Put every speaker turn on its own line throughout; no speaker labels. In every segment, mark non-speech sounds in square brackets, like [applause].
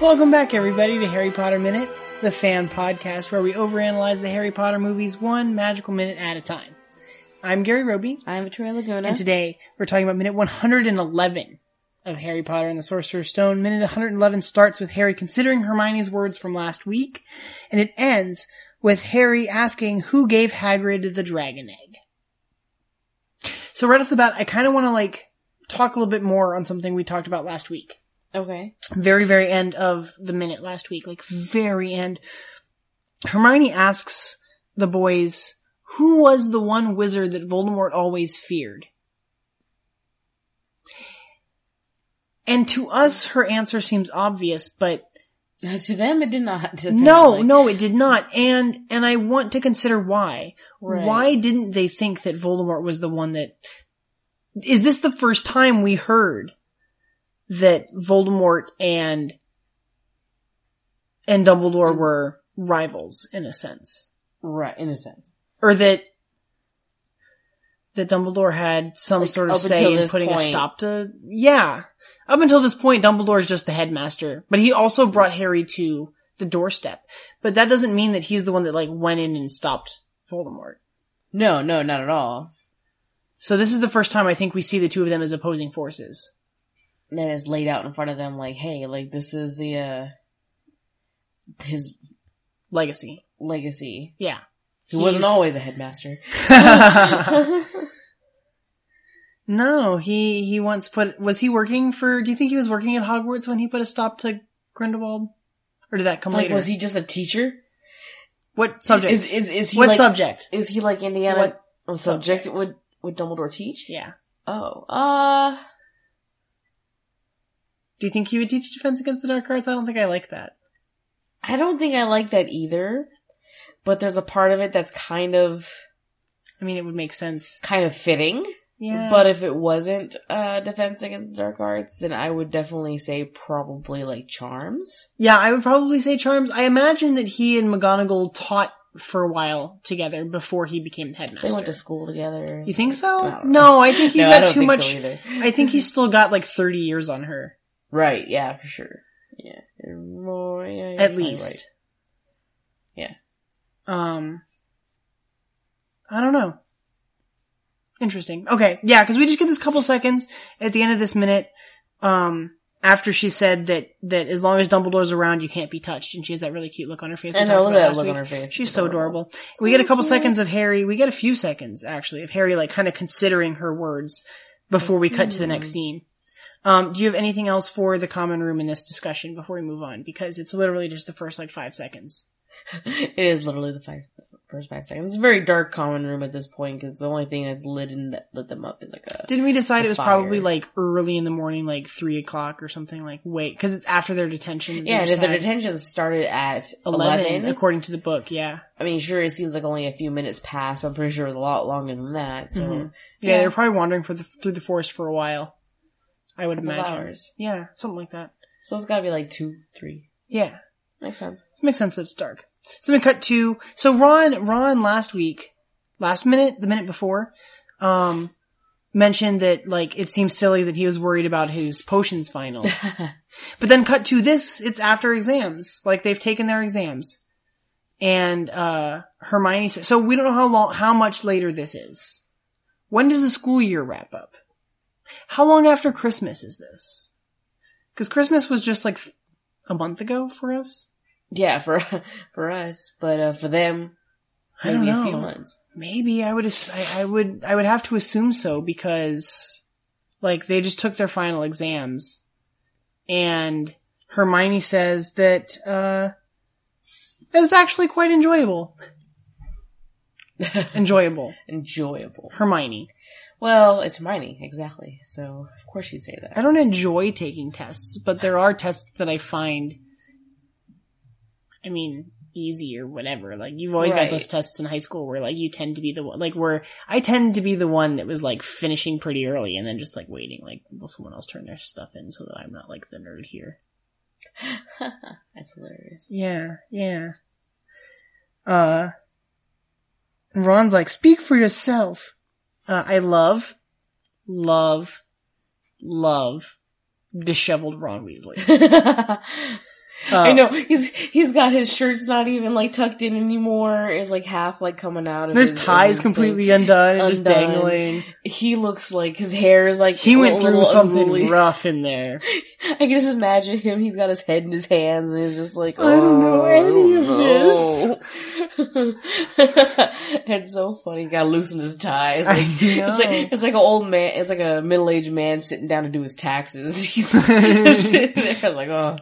Welcome back, everybody, to Harry Potter Minute, the fan podcast where we overanalyze the Harry Potter movies one magical minute at a time. I'm Gary Roby,
I'm Victoria Laguna.
and today we're talking about minute 111 of Harry Potter and the Sorcerer's Stone. Minute 111 starts with Harry considering Hermione's words from last week, and it ends with Harry asking who gave Hagrid the dragon egg. So right off the bat, I kind of want to like talk a little bit more on something we talked about last week
okay. [laughs]
very very end of the minute last week like very end hermione asks the boys who was the one wizard that voldemort always feared and to us her answer seems obvious but
to them, it did not.
no
apparently.
no it did not and and i want to consider why
Right.
why didn't they think that voldemort was the one that is this the first time we heard that voldemort and and
Mm.
dumbledore were rivals in a sense
Right, in a sense.
or that that Dumbledore had some
Like,
sort of
up
say
until
in
this
putting a
point.
stop to yeah. Up until this point, Dumbledore's just the headmaster, but he also brought Harry to the doorstep. But that doesn't mean that he's the one that like went in and stopped Voldemort.
No, no, not at all.
So this is the first time I think we see the two of them as opposing forces.
That is laid out in front of them, like, hey, like this is the uh his
Legacy,
legacy.
yeah.
He wasn't
He's-
always a headmaster.
[laughs] no, he he once put was he working for? Do you think he was working at Hogwarts when he put a stop to Grindelwald, or did that come
[laughs] like,
later?
was he just a teacher?
what subject?
Is is is he
what
like?
subject?
Is he like Indiana?
What
oh, subject?
subject?
Would would Dumbledore teach?
Yeah.
Oh, uh,
Do you think he would teach Defense Against the Dark Arts? I don't think I like that.
I don't think I like that either. But there's a part of it that's kind of
I mean, it would make sense.
kind of fitting.
Yeah.
But if it wasn't uh, Defense Against Dark Arts, then I would definitely say probably like Charms.
yeah, I would probably say Charms. I imagine that he and McGonagall taught for a while together before he became the headmaster.
They went to school together.
You think so?
I don't know.
no, I think he's
No, I
got
don't
too
think
much.
so either.
I think he's still got like 30 years on her,
[laughs] right. Yeah, for sure. Yeah, You're more- yeah, you're
at
probably
least.
right. Yeah.
Um, I don't know. Interesting. Okay. Yeah. Cause we just get this couple seconds at the end of this minute. Um, after she said that, that as long as Dumbledore's around, you can't be touched. And she has that really cute look on her face. we
I know
talked
look
about
at that
last
look
week.
on her face.
She's
It's
so adorable. we get a couple
cute.
seconds of Harry. We get a few seconds actually of Harry like kind of considering her words before we cut to the next
Mhm.
scene. Um, do you have anything else for the common room in this discussion before we move on? Because it's literally just the first like five seconds.
[laughs] it is literally the five, the first five seconds. It's a very dark common room at this point because the only thing that's lit and that lit them up is like a
Didn't we decide
The
it was
fire.
probably like early in the morning, like three o'clock or something? Like wait, because it's after their detention.
yeah.
They
The
decide
detention started at
11,
eleven.
according to the book. Yeah.
I mean, sure, it seems like only a few minutes passed, but I'm pretty sure it was a lot longer than that. So
Mhm. yeah, they're probably wandering for the, through the forest for a while. I would
Couple
imagine.
hours.
Yeah, something like that.
So it's got to be like two, three.
Yeah.
Makes sense.
It makes sense that it's dark. So then we cut to so Ron Ron last week, last minute, the minute before, um, mentioned that like it seems silly that he was worried about his potions final. but then cut to this, it's after exams. Like they've taken their exams. And uh Hermione says so we don't know how long how much later this is. When does the school year wrap up? How long after Christmas is this? Because Christmas was just like th- a month ago for us.
yeah, for [laughs] for us, but uh, for them,
I don't
maybe
know.
a few months.
Maybe I would. ass- I, I would. I would have to assume so because, like, they just took their final exams, and Hermione says
[laughs]
that uh, it was actually quite enjoyable. enjoyable.
Enjoyable.
Hermione.
Well, it's mining, exactly. So, of course you'd say that.
I don't enjoy taking tests, but there are tests that I find, I mean, easy or whatever. Like, you've always got
Right.
those tests in high school where, like, you tend to be the one, like, where I tend to be the one that was, like, finishing pretty early and then just, like, waiting, like, will someone else turn their stuff in so that I'm not, like, the nerd here.
[laughs] That's hilarious.
Yeah, yeah. Uh, Ron's like, speak for yourself. Uh, I love, love, love disheveled Ron Weasley.
[laughs]
Uh,
I know he's he's got his shirt's not even like tucked in anymore. It's like half like coming out of
This
his-
tie
of
is
his thing.
completely undone, and just
Undone.
dangling.
He looks like his hair is like
He
a
went through
little
something
unruly.
rough in
[laughs]
there.
I can just imagine him. He's got his head in his hands, and he's just like,
I don't know
"Oh,
any of
this." [laughs] it's so funny. Got to loosen his tie. It's
I
like, it's
know.
like it's like an old man. It's like a middle aged man sitting down to do his taxes.
[laughs]
[laughs] He's sitting there, I was like, "Oh,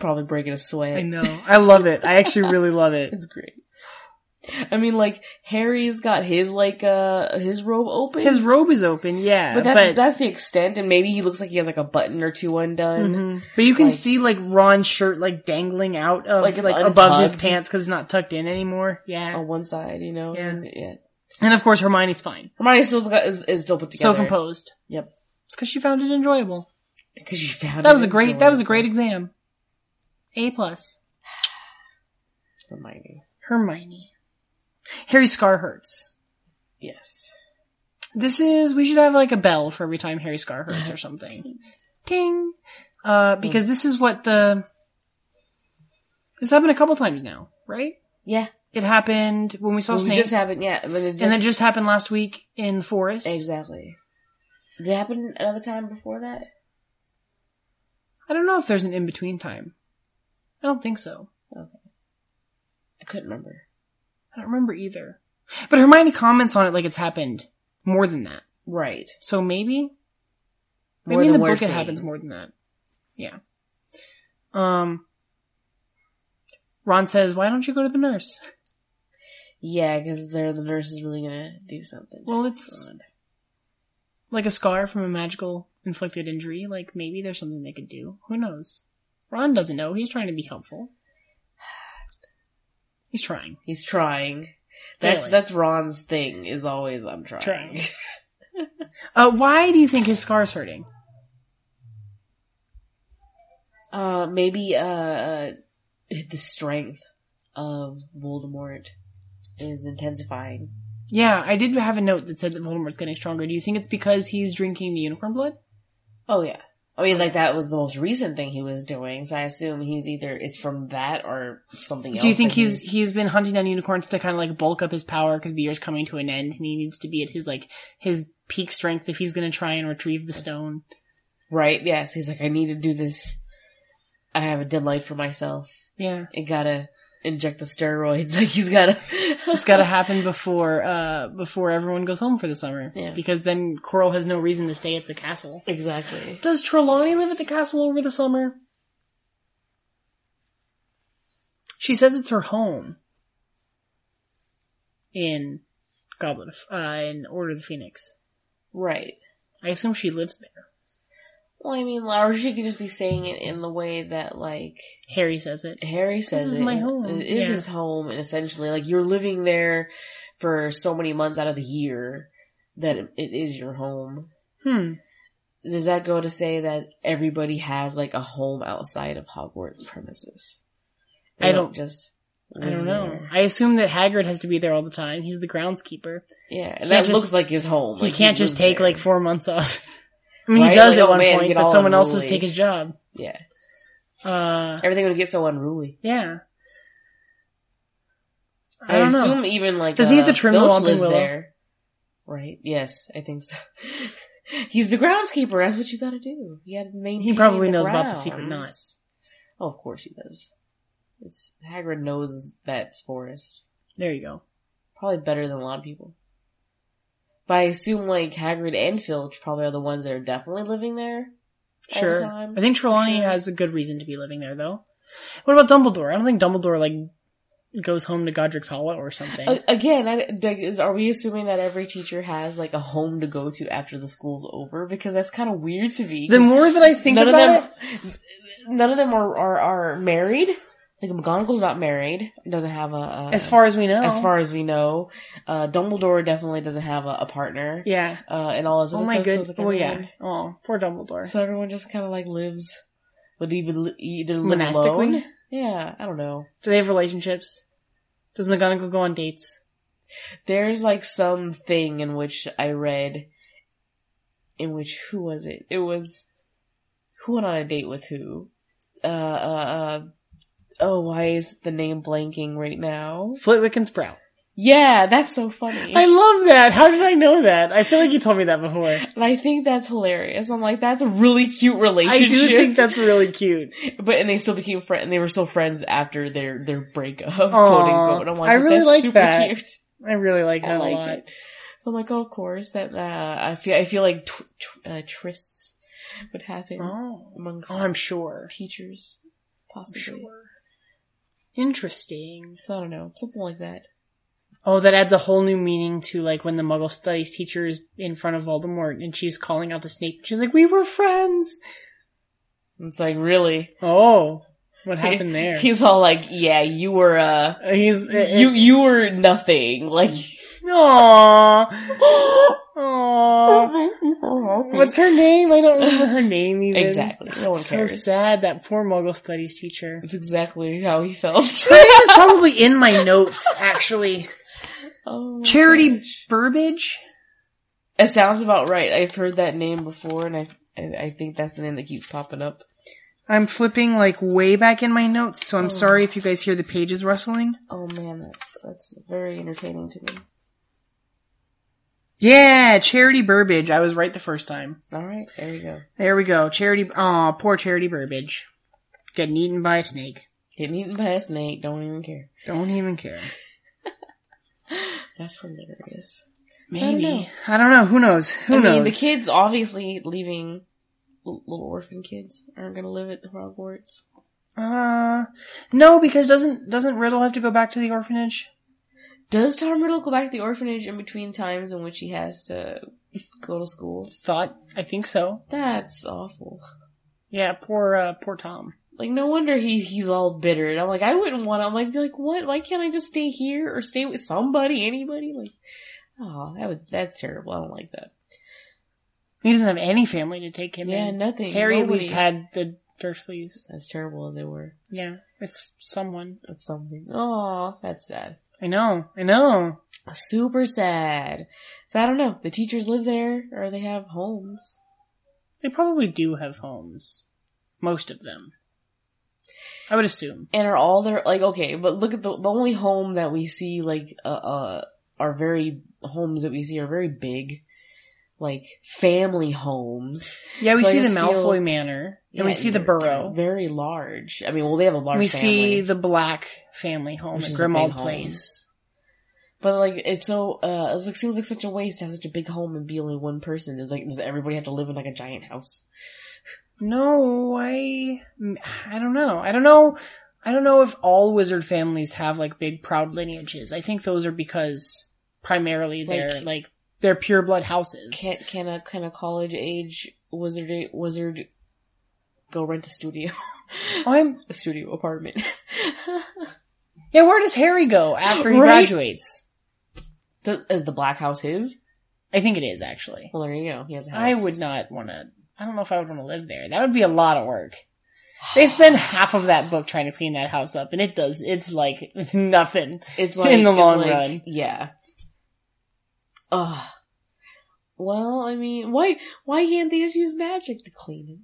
probably breaking a sweat."
I
[laughs]
know. I love it. I actually really love it.
It's great. I mean, like Harry's got his like uh his robe open,
His robe is open, yeah,
but that's that's the extent, and maybe he looks like he has like a button or two undone.
Mhm. But you can
Like-
see like Ron's shirt like dangling out of
Like,
like,
it's
above his
untucked. Oh.
pants because it's not tucked in anymore. Yeah,
on one side, you know?
Mm-hmm. Yeah.
And, yeah.
and of course Hermione's fine,
Hermione still got, is, is still put together.
so composed.
Yep.
It's because she found it enjoyable.
Because she found
That
it
was a great.
enjoyable.
That was a great exam. A plus.
Hermione.
Hermione. Harry Scar hurts.
Yes.
This is. We should have like a bell for every time Harry Scar hurts
[laughs]
or something. Ting. Uh, because this is what the. This happened a couple times now, right?
Yeah.
It happened when we saw
Well, we
Snape.
just haven't yet. But it just,
and it just happened last week in the forest.
Exactly. Did it happen another time before that?
I don't know if there's an in between time. I don't think so.
I couldn't remember.
I don't remember either. But Hermione comments on it like it's happened more than that.
Right.
So maybe,
More
maybe in
than
the
we're
book
seeing.
it happens more than that. Yeah. Um. Ron says, "Why don't you go to the nurse?"
Yeah, because they're the nurse is really gonna do something.
Well, it's
God.
like a scar from a magical inflicted injury. Like maybe there's something they could do. Who knows? Ron doesn't know. He's trying to be helpful. [sighs] He's trying.
he's trying. That's
Anyway.
that's Ron's thing. Is always I'm trying.
Trying. Uh, why do you think his scar's hurting?
Uh, maybe uh, uh, the strength of Voldemort is intensifying.
Yeah, I did have a note that said that Voldemort's getting stronger. Do you think it's because he's drinking the unicorn blood?
Oh yeah. I mean, like that was the most recent thing he was doing, so I assume he's either it's from that or something else.
Do you think
that
he's he's been hunting down unicorns to kind of like bulk up his power because the year's coming to an end and he needs to be at his like his peak strength if he's going to try and retrieve the stone?
right? Yes, he's like, I need to do this. I have a deadline for myself.
Yeah,
I gotta inject the steroids. [laughs] Like he's gotta.
it's got to happen before uh before everyone goes home for the summer.
Yeah.
because then Quirrell has no reason to stay at the castle.
exactly.
Does Trelawney live at the castle over the summer? She says it's her home. In Goblet of, uh, in Order of the Phoenix.
Right.
I assume she lives there.
Well, I mean, or she could just be saying it in the way that like
Harry says it.
Harry says
is
it,
my
and
home.
It is
Yeah.
his home, and essentially, like you're living there for so many months out of the year that it is your home.
Hmm.
Does that go to say that everybody has like a home outside of Hogwarts premises?
I don't-
just.
I
live
don't know.
there.
I assume that Hagrid has to be there all the time. He's the groundskeeper.
Yeah,
He
and that
just-
looks like his home.
He
like,
can't just
lives
take
there.
like four months off. [laughs] I mean,
Right?
he does
Like,
at
oh,
one
man,
point,
get
but
all
someone else has to
unruly.
take his job.
Yeah,
Uh,
everything would get so unruly.
yeah. I,
I,
don't know.
assume even like
Does he have
uh,
to trim the
Filch
Whomping
lives
Willow?
there, right? Yes, I think so. [laughs] He's the groundskeeper. That's what you got to do. You got to maintain.
He probably
the
knows about the secret
grounds. Oh, of course he does. It's Hagrid knows that forest
There you go.
probably better than a lot of people. But I assume like Hagrid and Filch probably are the ones that are definitely living there. all the
Sure. I
time,
think Trelawney
sure.
has a good reason to be living there, though. What about Dumbledore? I don't think Dumbledore like goes home to Godric's Hollow or something.
A- Again, I, Doug, is, are we assuming that every teacher has like a home to go to after the school's over? Because that's kind of weird to me.
the
'cause
more that I think
none
about
of them,
it,
none of them are are, are married. Like McGonagall's not married. Doesn't have a, a
as far as we know,
as far as we know. Uh, Dumbledore definitely doesn't have a, a partner.
yeah.
Uh, and all his
Oh
other
my
stuff. So
goodness!
it's like
Oh yeah.
everyone-
Oh, poor Dumbledore.
So everyone just kind of like lives, would even li- either live
Monastically?
alone. Yeah, I don't know.
Do they have relationships? Does McGonagall go on dates?
There's like some thing in which I read, in which who was it? It was who went on a date with who? Uh, uh, uh oh, why is the name blanking right now?
Flitwick and Sprout.
Yeah, that's so funny.
I love that. How did I know that? I feel like you told me that
[laughs]
before.
and I think that's hilarious. I'm like, that's a really cute
I
relationship.
do think that's really cute.
But and they still became friends, and they were still friends after their their breakup, quote
Aw,
unquote. And I'm like,
I
but
really
that's
like
super
that.
cute.
I really like
I
that
like
a lot.
it. So I'm like, oh, of course that uh, I feel I feel like tw- tw- uh, trysts would happen
Oh.
amongst
Oh, I'm sure.
teachers,
I'm
possibly.
sure. Interesting.
So I don't know, something like that.
Oh, that adds a whole new meaning to like when the Muggle Studies teacher is in front of Voldemort and she's calling out to Snape. She's like, "We were friends."
It's like really
Oh,
[laughs]
what happened there? He's,
He's all like, yeah, you were uh,
he's
you you were nothing. Like,
Aww,
[gasps] that
aww.
Mm. Oh, makes me so happy.
What's her name? I don't remember her name even.
exactly? No one
It's so
cares.
sad that poor Muggle Studies teacher.
It's exactly how he felt. [laughs]
Her name is probably in my notes, actually.
Oh my
Charity
gosh.
Burbage.
It sounds about right. I've heard that name before, and I, I I think that's the name that keeps popping up.
I'm flipping like way back in my notes, so I'm
Oh.
sorry if you guys hear the pages rustling.
Oh man, that's that's very entertaining to me.
Yeah, Charity Burbage. I was right the first time.
All right, there you go.
There we go. Charity. Aw, poor Charity Burbage. Getting eaten by a snake.
Getting eaten by a snake, don't even care.
Don't even care.
That's hilarious. don't
Maybe. I
know.
don't know. Who knows? Who
I
knows?
mean, the kids obviously leaving l- little orphan kids aren't gonna live at Hogwarts.
Uh, no, because doesn't doesn't Riddle have to go back to the orphanage?
Does Tom Riddle go back to the orphanage in between times in which he has to [laughs] go to school?
Thought I think so.
That's awful.
Yeah, poor uh, poor Tom.
Like no wonder he he's all bitter. And I'm like, I wouldn't want to. I'm like, be like, what? Why can't I just stay here or stay with somebody, anybody? Like, oh, that would that's terrible. I don't like that.
He doesn't have any family to take him
yeah,
in.
nothing.
Harry at
Nobody.
least had the Dursleys.
as terrible as they were.
Yeah, it's someone.
That's something. Oh, that's sad.
I know. I know.
Super sad. So I don't know. The teachers live there, or they have homes.
They probably do have homes. Most of them. I would assume.
and are all their like okay but look at the, the only home that we see like uh, uh are very homes that we see are very big like family homes
Yeah, we
So I
see the
just feel-
Malfoy Manor, and we
Yeah,
see the
they're-
Burrow.
they're very large i mean well they have a large
We see
family,
the Black family home,
which
at
is a big
Grimald
home.
Place.
but like it's so uh it seems like such a waste to have such a big home and be only one person is like does everybody have to live in like a giant house
No, I I don't know. I don't know. I don't know if all wizard families have like big proud lineages. I think those are because primarily they're
Like-
like they're pure blood houses.
can can a can a college age wizard wizard go rent a studio [laughs]
Oh, I'm
a studio apartment [laughs]
yeah. Where does Harry go after he
[gasps] Right?
graduates?
the, is the black house his
I think it is actually.
Well, there you go. He has a house.
I would not want to. I don't know if I would want to live there. That would be a lot of work. They
[sighs]
spend half of that book trying to clean that house up, and it does. It's like [laughs] nothing.
It's like
[laughs] in the
it's
long
like-
run.
Yeah. Ugh. Well, I mean, why why can't they just use magic to clean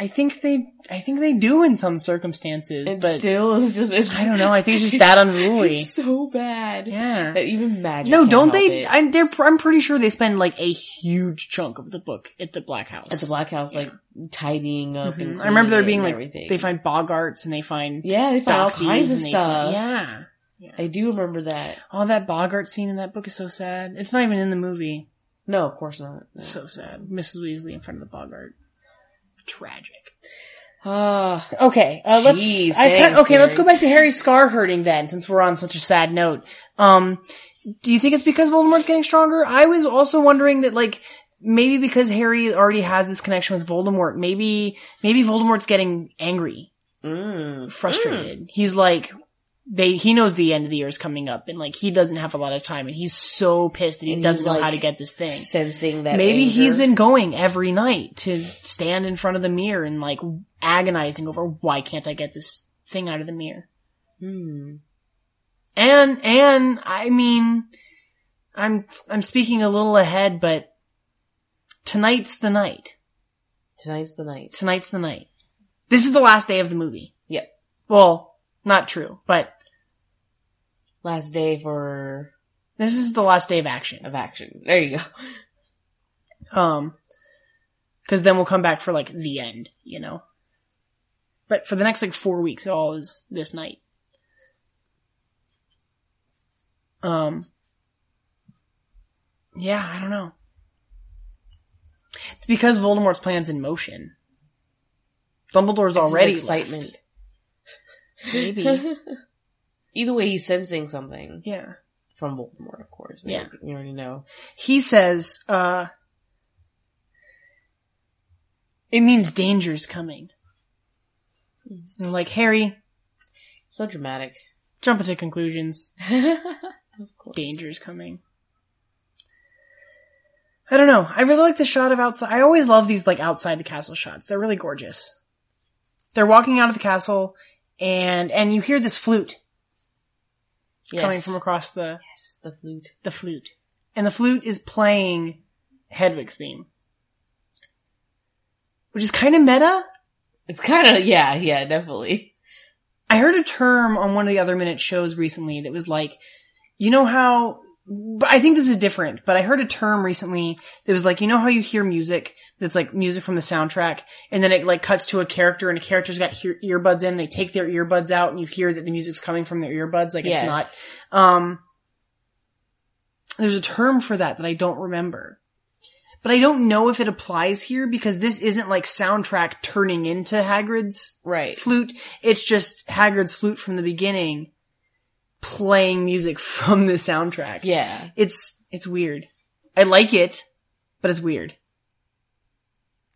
I think they. I think they do in some circumstances,
it? It
but
still is just. It's,
I don't know. I think it's just
[laughs] It's-
that unruly.
It's so bad
Yeah.
that even magic.
No,
can't
don't
help
they?
it.
I'm, they're, I'm pretty sure they spend like a huge chunk of the book at the Black House.
At the black house, like tidying up.
Mhm.
And
I remember there
cleaning
being,
and
like,
everything.
They find Bogarts and they find
yeah, they find all
Doxies
kinds of
and they find-
stuff.
yeah.
I do remember that.
Oh, that Bogart scene in that book is so sad. It's not even in the movie.
No, of course not. No.
It's so sad. Mrs. Weasley in front of the Bogart. Tragic.
Ah,
Okay, uh, let's.
Jeez,
I kinda-
thanks,
okay, let's
Harry.
go back to Harry's scar hurting then, since we're on such a sad note. Um, do you think it's because Voldemort's getting stronger? I was also wondering that, like, maybe because Harry already has this connection with Voldemort, maybe maybe Voldemort's getting angry,
mm,
frustrated. He's like, they he knows the end of the year is coming up, and like he doesn't have a lot of time, and he's so pissed that he
And
doesn't
he's
know how
like,
to get this thing.
sensing that
Maybe
anger.
he's been going every night to stand in front of the mirror and like agonizing over why can't I get this thing out of the mirror?
Hmm.
And and I mean I'm I'm speaking a little ahead but tonight's the night.
Tonight's the night.
Tonight's the night. This is the last day of the movie.
Yep.
Well, not true, but
Last day for
this is the last day of action.
of action. There you go.
Um cuz then we'll come back for like the end, you know. But for the next like 4 weeks it all is this night. Um, yeah, I don't know. It's because Voldemort's plan's in motion. Dumbledore's
It's his
already
excitement.
left.
[laughs]
Maybe.
Either way, he's sensing something
Yeah.
from Voldemort, of course.
Yeah.
you already know.
He says, uh, it means danger's coming. And like, Harry,
So dramatic. [laughs]
jump into conclusions.
of course.
Danger's coming. I don't know. I really like the shot of outside. I always love these like outside the castle shots. They're really gorgeous. They're walking out of the castle and and you hear this flute
Yes.
coming from across the
yes, the flute.
the flute. And the flute is playing Hedwig's theme. Which is kind of meta.
It's kind of yeah, yeah, definitely.
I heard a term on one of the other minute shows recently that was like, you know how, but I think this is different, but I heard a term recently that was like, you know how you hear music that's like music from the soundtrack and then it like cuts to a character and a character's got hear- earbuds in, they take their earbuds out and you hear that the music's coming from their earbuds, like
Yes.
it's not, um, there's a term for that that I don't remember. But I don't know if it applies here because this isn't like soundtrack turning into Hagrid's
right.
flute. It's just Hagrid's flute from the beginning playing music [laughs] from the soundtrack.
Yeah,
It's it's weird. I like it, but it's weird.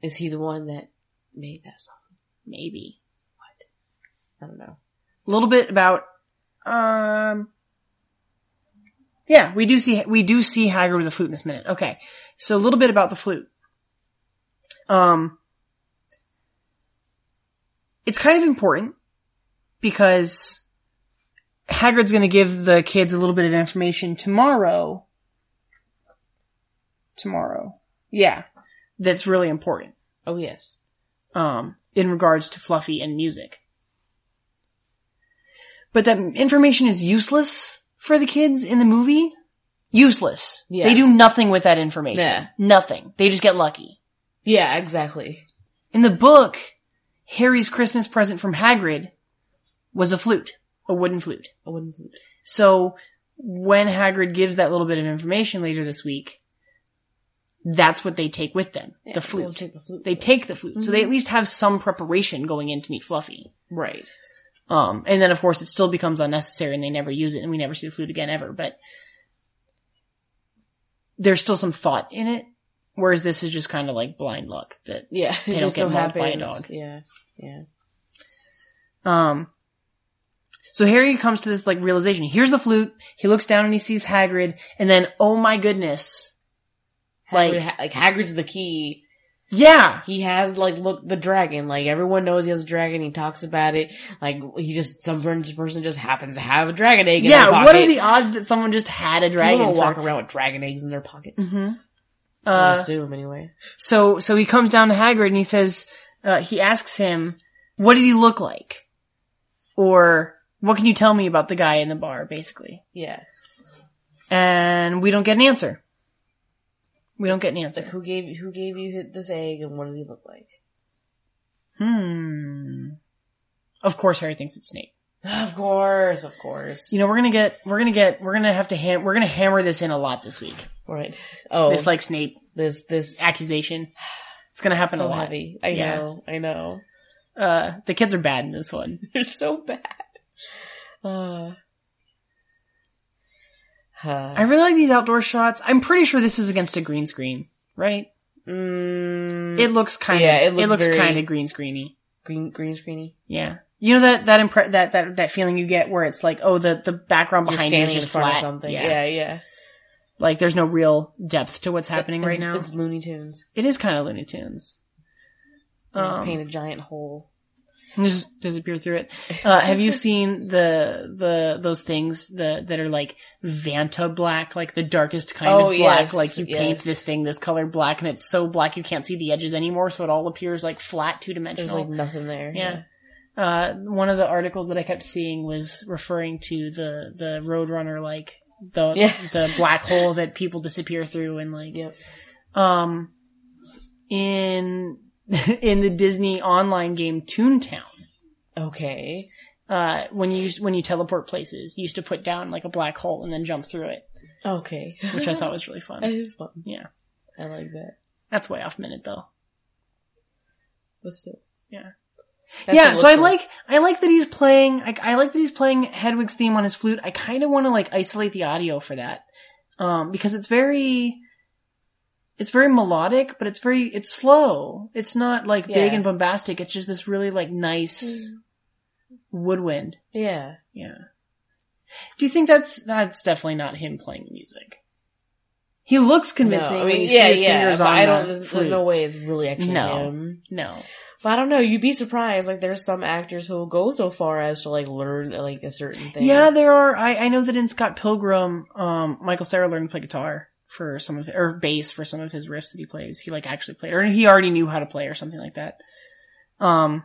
is he the one that made that song?
Maybe.
I don't know.
A little bit about um Yeah, we do see we do see Hagrid with a flute in this minute. Okay. So a little bit about the flute. Um It's kind of important because Hagrid's going to give the kids a little bit of information tomorrow. Tomorrow. Yeah. That's really important.
Oh yes,
Um, in regards to Fluffy and music. But that information is useless for the kids in the movie. Useless.
Yeah.
They do nothing with that information.
Yeah.
Nothing. They just get lucky.
yeah, exactly.
In the book, Harry's Christmas present from Hagrid was a flute. A wooden flute.
I wouldn't. think-
So when Hagrid gives that little bit of information later this week, that's what they take with them.
yeah,
the
we'll
flute.
Take the flute.
They
with us.
take the flute. So they
Mhm.
at least have some preparation going in to meet Fluffy.
right.
Um, and then of course it still becomes unnecessary and they never use it and we never see the flute again ever, but there's still some thought in it. Whereas this is just kind of like blind luck that,
Yeah,
They
[laughs] it
don't
just so
get mauled by a
happens.
dog.
Yeah, yeah.
um, so Harry comes to this like realization. Here's the flute. He looks down and he sees Hagrid and then, oh my goodness. Like-
Hagrid, ha- like Hagrid's the key.
Yeah.
He has like look the dragon. Like everyone knows he has a dragon. He talks about it. Like he just some per- person just happens to have a dragon egg. in
Yeah,
their pocket.
what are the odds that someone just had a
People
dragon?
don't walk around with dragon eggs in their pockets.
hmm
I
Uh,
assume anyway.
so so he comes down to Hagrid and he says, uh, he asks him, "What did he look like?" Or what can you tell me about the guy in the bar, basically?
Yeah,
And we don't get an answer. We don't get an
it's like
answer.
who gave who gave you this egg and what does he look like? [sighs]
Hmm. Of course, Harry thinks it's Snape.
Of course, of course.
You know, we're gonna get, we're gonna get, we're gonna have to ham, we're gonna hammer this in a lot this week.
right? Oh,
This
this like
like Snape
this this
accusation. It's gonna happen
so
a lot.
heavy. I
Yeah.
know, [laughs] I know.
Uh, the kids are bad in this one.
They're so bad. Uh, huh.
I really like these outdoor shots. I'm pretty sure this is against a green screen, right?
Mm,
It looks kind of
Yeah, it
it
looks
looks,
very-
kind of green screeny.
green green screeny.
Yeah. You know that that impre- that that that feeling you get where it's like, oh, the the background
You're
behind you is
standing in
just
front
flat.
of something.
Yeah.
Yeah, yeah.
Like there's no real depth to what's happening right
It's-
now.
It's Looney Tunes.
It is kind of Looney Tunes. Um,
paint a giant hole.
and just disappear through it. Uh, have you seen the the those things the that are like Vanta black, like the darkest kind
Oh,
of black?
yes,
like you paint
yes.
this thing this color black, and it's so black you can't see the edges anymore, so it all appears like flat, two
There's
dimensional.
like nothing there.
Yeah. Uh, one of the articles that I kept seeing was referring to the the Roadrunner, like the
Yeah.
[laughs] the black hole that people disappear through, and like
Yep.
um, in [laughs] in the Disney online game Toontown.
Okay.
Uh, when you when you teleport places, you used to put down like a black hole and then jump through it,
Okay.
which I
[laughs]
thought was really
that
fun.
is fun.
Yeah.
I like that.
That's way off minute though.
Let's do it.
Yeah.
That's
yeah,
what
so I
looks
like I like that he's playing I, I like that he's playing Hedwig's theme on his flute. I kind of want to like isolate the audio for that. Um because it's very it's very melodic, but it's very it's slow. It's not like big
Yeah. Mm.
and bombastic. It's just this really like nice woodwind.
Yeah.
Yeah. Do you think that's that's definitely not him playing the music? He looks convincing.
No, I
when
mean,
you see
yeah,
his
yeah.
fingers
But
on
I
the
don't. There's, there's
flute.
no way it's really actually
No.
him.
no.
But I don't know. You'd be surprised. Like there's some actors who will go so far as to like learn like a certain thing.
Yeah, there are. I, I know that in Scott Pilgrim, um, Michael Cera learned to play guitar for some of, or bass for some of his riffs that he plays. He like actually played, or he already knew how to play or something like that. Um,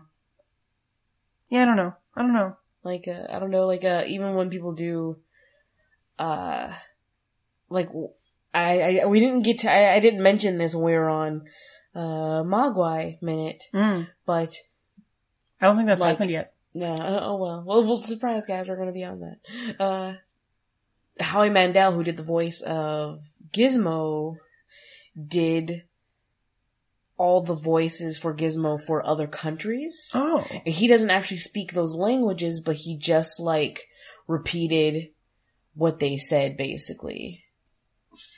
yeah, I don't know. I don't know.
like uh, I don't know, like uh, even when people do, uh, like w- I, I we didn't get to I, I didn't mention this when we were on uh Mogwai minute,
Mm,
but
I don't think that's
Like-
happened yet.
no, uh, oh well, well, well, surprise guys, we're gonna be on that. Uh, Howie Mandel, who did the voice of Gizmo, did all the voices for Gizmo for other countries.
Oh,
And he doesn't actually speak those languages, but he just like repeated what they said basically.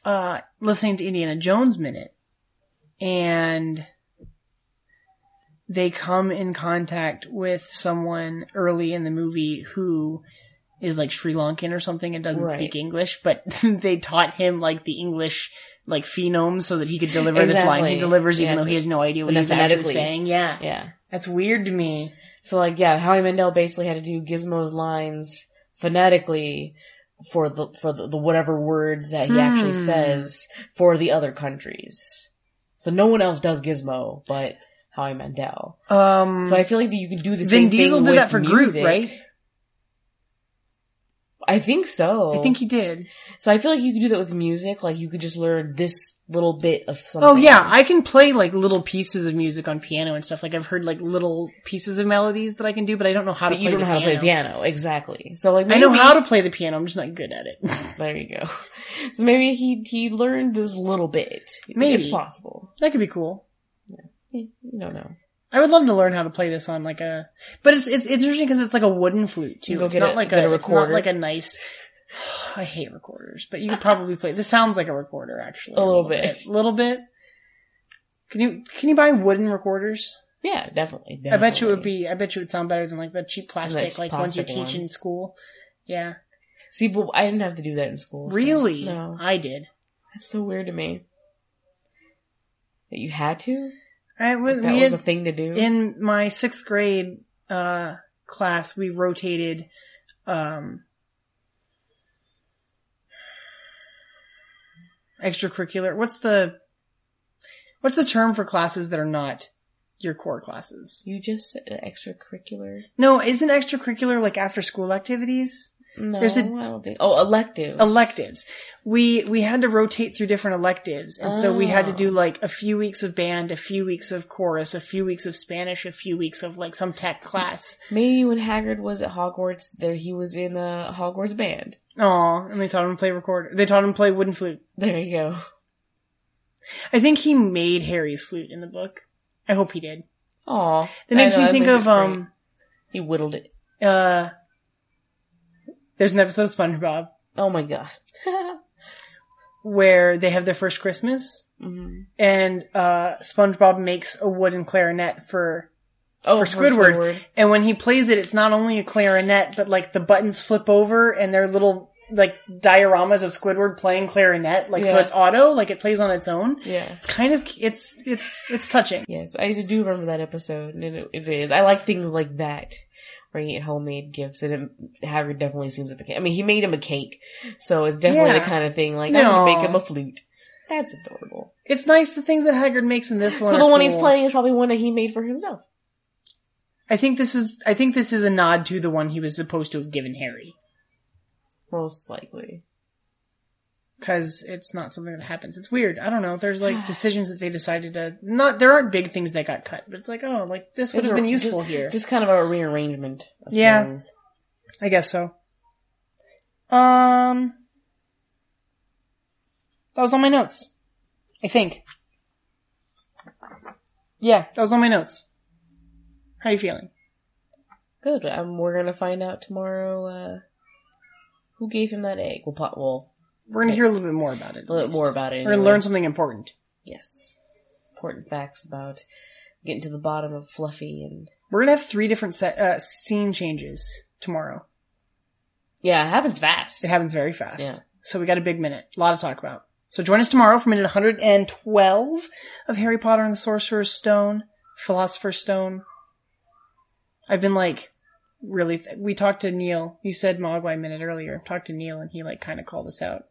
uh, listening to Indiana Jones minute, and they come in contact with someone early in the movie who is like Sri Lankan or something and doesn't
Right.
speak English, but [laughs] they taught him like the English like phenome so that he could deliver this line he
Exactly.
delivers even
Yeah.
though he has no idea what he's actually
Phonetically.
saying. Yeah.
Yeah.
That's weird to me.
So like yeah, Howie Mandel basically had to do Gizmo's lines phonetically for the for the, the whatever words that he actually
Hmm.
says for the other countries. So no one else does Gizmo but Howie Mandel.
Um
So I feel like that you can do the
Vin
same
Diesel
thing
did
with
that for Groot,
music.
right?
I think so.
I think he did.
So I feel like you could do that with music. Like you could just learn this little bit of something.
Oh yeah, I can play like little pieces of music on piano and stuff. Like I've heard like little pieces of melodies that I can do, but I don't know how
but
to
you
play
don't know
the
how to play the
piano.
piano exactly. So like
I know
maybe-
how to play the piano, I'm just not good at it.
[laughs]
[laughs]
There you go. So maybe he he learned this little bit.
Maybe.
it's possible.
that could be cool.
Eh, You don't know.
I would love to learn how to play this on like a, but it's it's, it's interesting because it's like a wooden flute
You
too.
go
It's
get
not
a-
like
get
a,
a
it's not
recorder.
like a nice. [sighs] I hate recorders, but you could probably play. This sounds like a recorder actually.
A little bit.
a little bit. Can you can you buy wooden recorders?
Yeah, definitely.
I bet you it would
definitely.
be. I bet you it would sound better than like the cheap plastic, like ones you
plastic
teach in
ones.
school. Yeah,
See, but I didn't have to do that in school. so-
really?
No,
I did.
that's so weird to me. That you had to.
I was,
That
we
was
had
a thing to do.
in my sixth grade uh, class, we rotated. Um, extracurricular what's the what's the term for classes that are not your core classes
you just said extracurricular.
no isn't extracurricular like after school activities
No,
There's a-
I don't think. Oh, electives.
electives we we had to rotate through different electives and so we had to
Oh.
do like a few weeks of band a few weeks of chorus a few weeks of spanish a few weeks of like some tech class
Maybe when Haggard was at Hogwarts, there he was in a Hogwarts band.
Oh, and they taught him to play recorder. They taught him to play wooden flute.
There you go.
I think he made Harry's flute in the book. I hope he did.
Aw.
That makes
I know,
me think
makes
of
it great.
um
He whittled it.
uh. There's an episode of SpongeBob
Oh my god. [laughs]
where they have their first Christmas,
Mhm.
and uh, SpongeBob makes a wooden clarinet for.
Oh,
For Squidward. And when he plays it, it's not only a clarinet, but like the buttons flip over and they're little like dioramas of Squidward playing clarinet. Like so,
Yeah.
it's auto, like it plays on its own.
Yeah.
It's kind of it's it's it's touching.
Yes, I do remember that episode, and it, it is. I like things like that, where you get homemade gifts, and it, Hagrid definitely seems like the. I mean, he made him a cake, so it's definitely
Yeah.
the kind of thing like I'm gonna
No.
make him a flute. That's adorable.
It's nice the things that Haggard makes in this one.
so
are
the one he's
cool.
playing is probably one that he made for himself.
I think this is I think this is a nod to the one he was supposed to have given Harry
Most likely.
because it's not something that happens. It's weird. I don't know. There's
[sighs]
like decisions that they decided to not. There aren't big things that got cut, but it's like oh, like this would
It's
have
a-
been useful here.
Just kind of a rearrangement of
Yeah.
things.
I guess so. Um, that was on my notes. I think. Yeah, that was on my notes. How you feeling?
Good. Um, we're gonna find out tomorrow uh, who gave him that egg. We'll pot. We'll
We're gonna hear a little bit more about it. at
learn
least.
more about it.
We're gonna
anyway.
learn something important.
Yes. Important facts about getting to the bottom of Fluffy and
We're gonna have three different set, uh, scene changes tomorrow.
yeah, it happens fast.
It happens very fast.
Yeah.
So we got a big minute, a lot to talk about. So join us tomorrow for minute 112 of Harry Potter and the Sorcerer's Stone, Philosopher's Stone. I've been like, really, th- we talked to Neil. You said Mogwai a minute earlier. Talked to Neil and he like kind of called us out.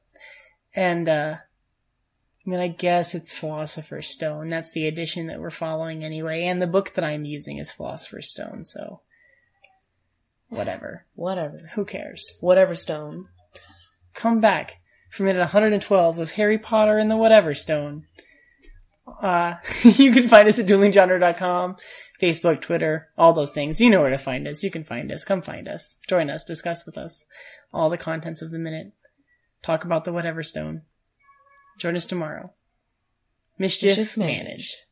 And, uh, I mean, I guess it's Philosopher's Stone. That's the edition that we're following anyway. And the book that I'm using is Philosopher's Stone. So whatever.
Whatever.
Who cares?
Whatever stone.
come back for minute 112 of Harry Potter and the Whatever Stone. Uh, [laughs] you can find us at duelinggenre.com, Facebook, Twitter, all those things. You know where to find us. You can find us. Come find us. Join us. Discuss with us all the contents of the minute. Talk about the Whatever Stone. Join us tomorrow. Mischief,
Mischief
managed.
managed.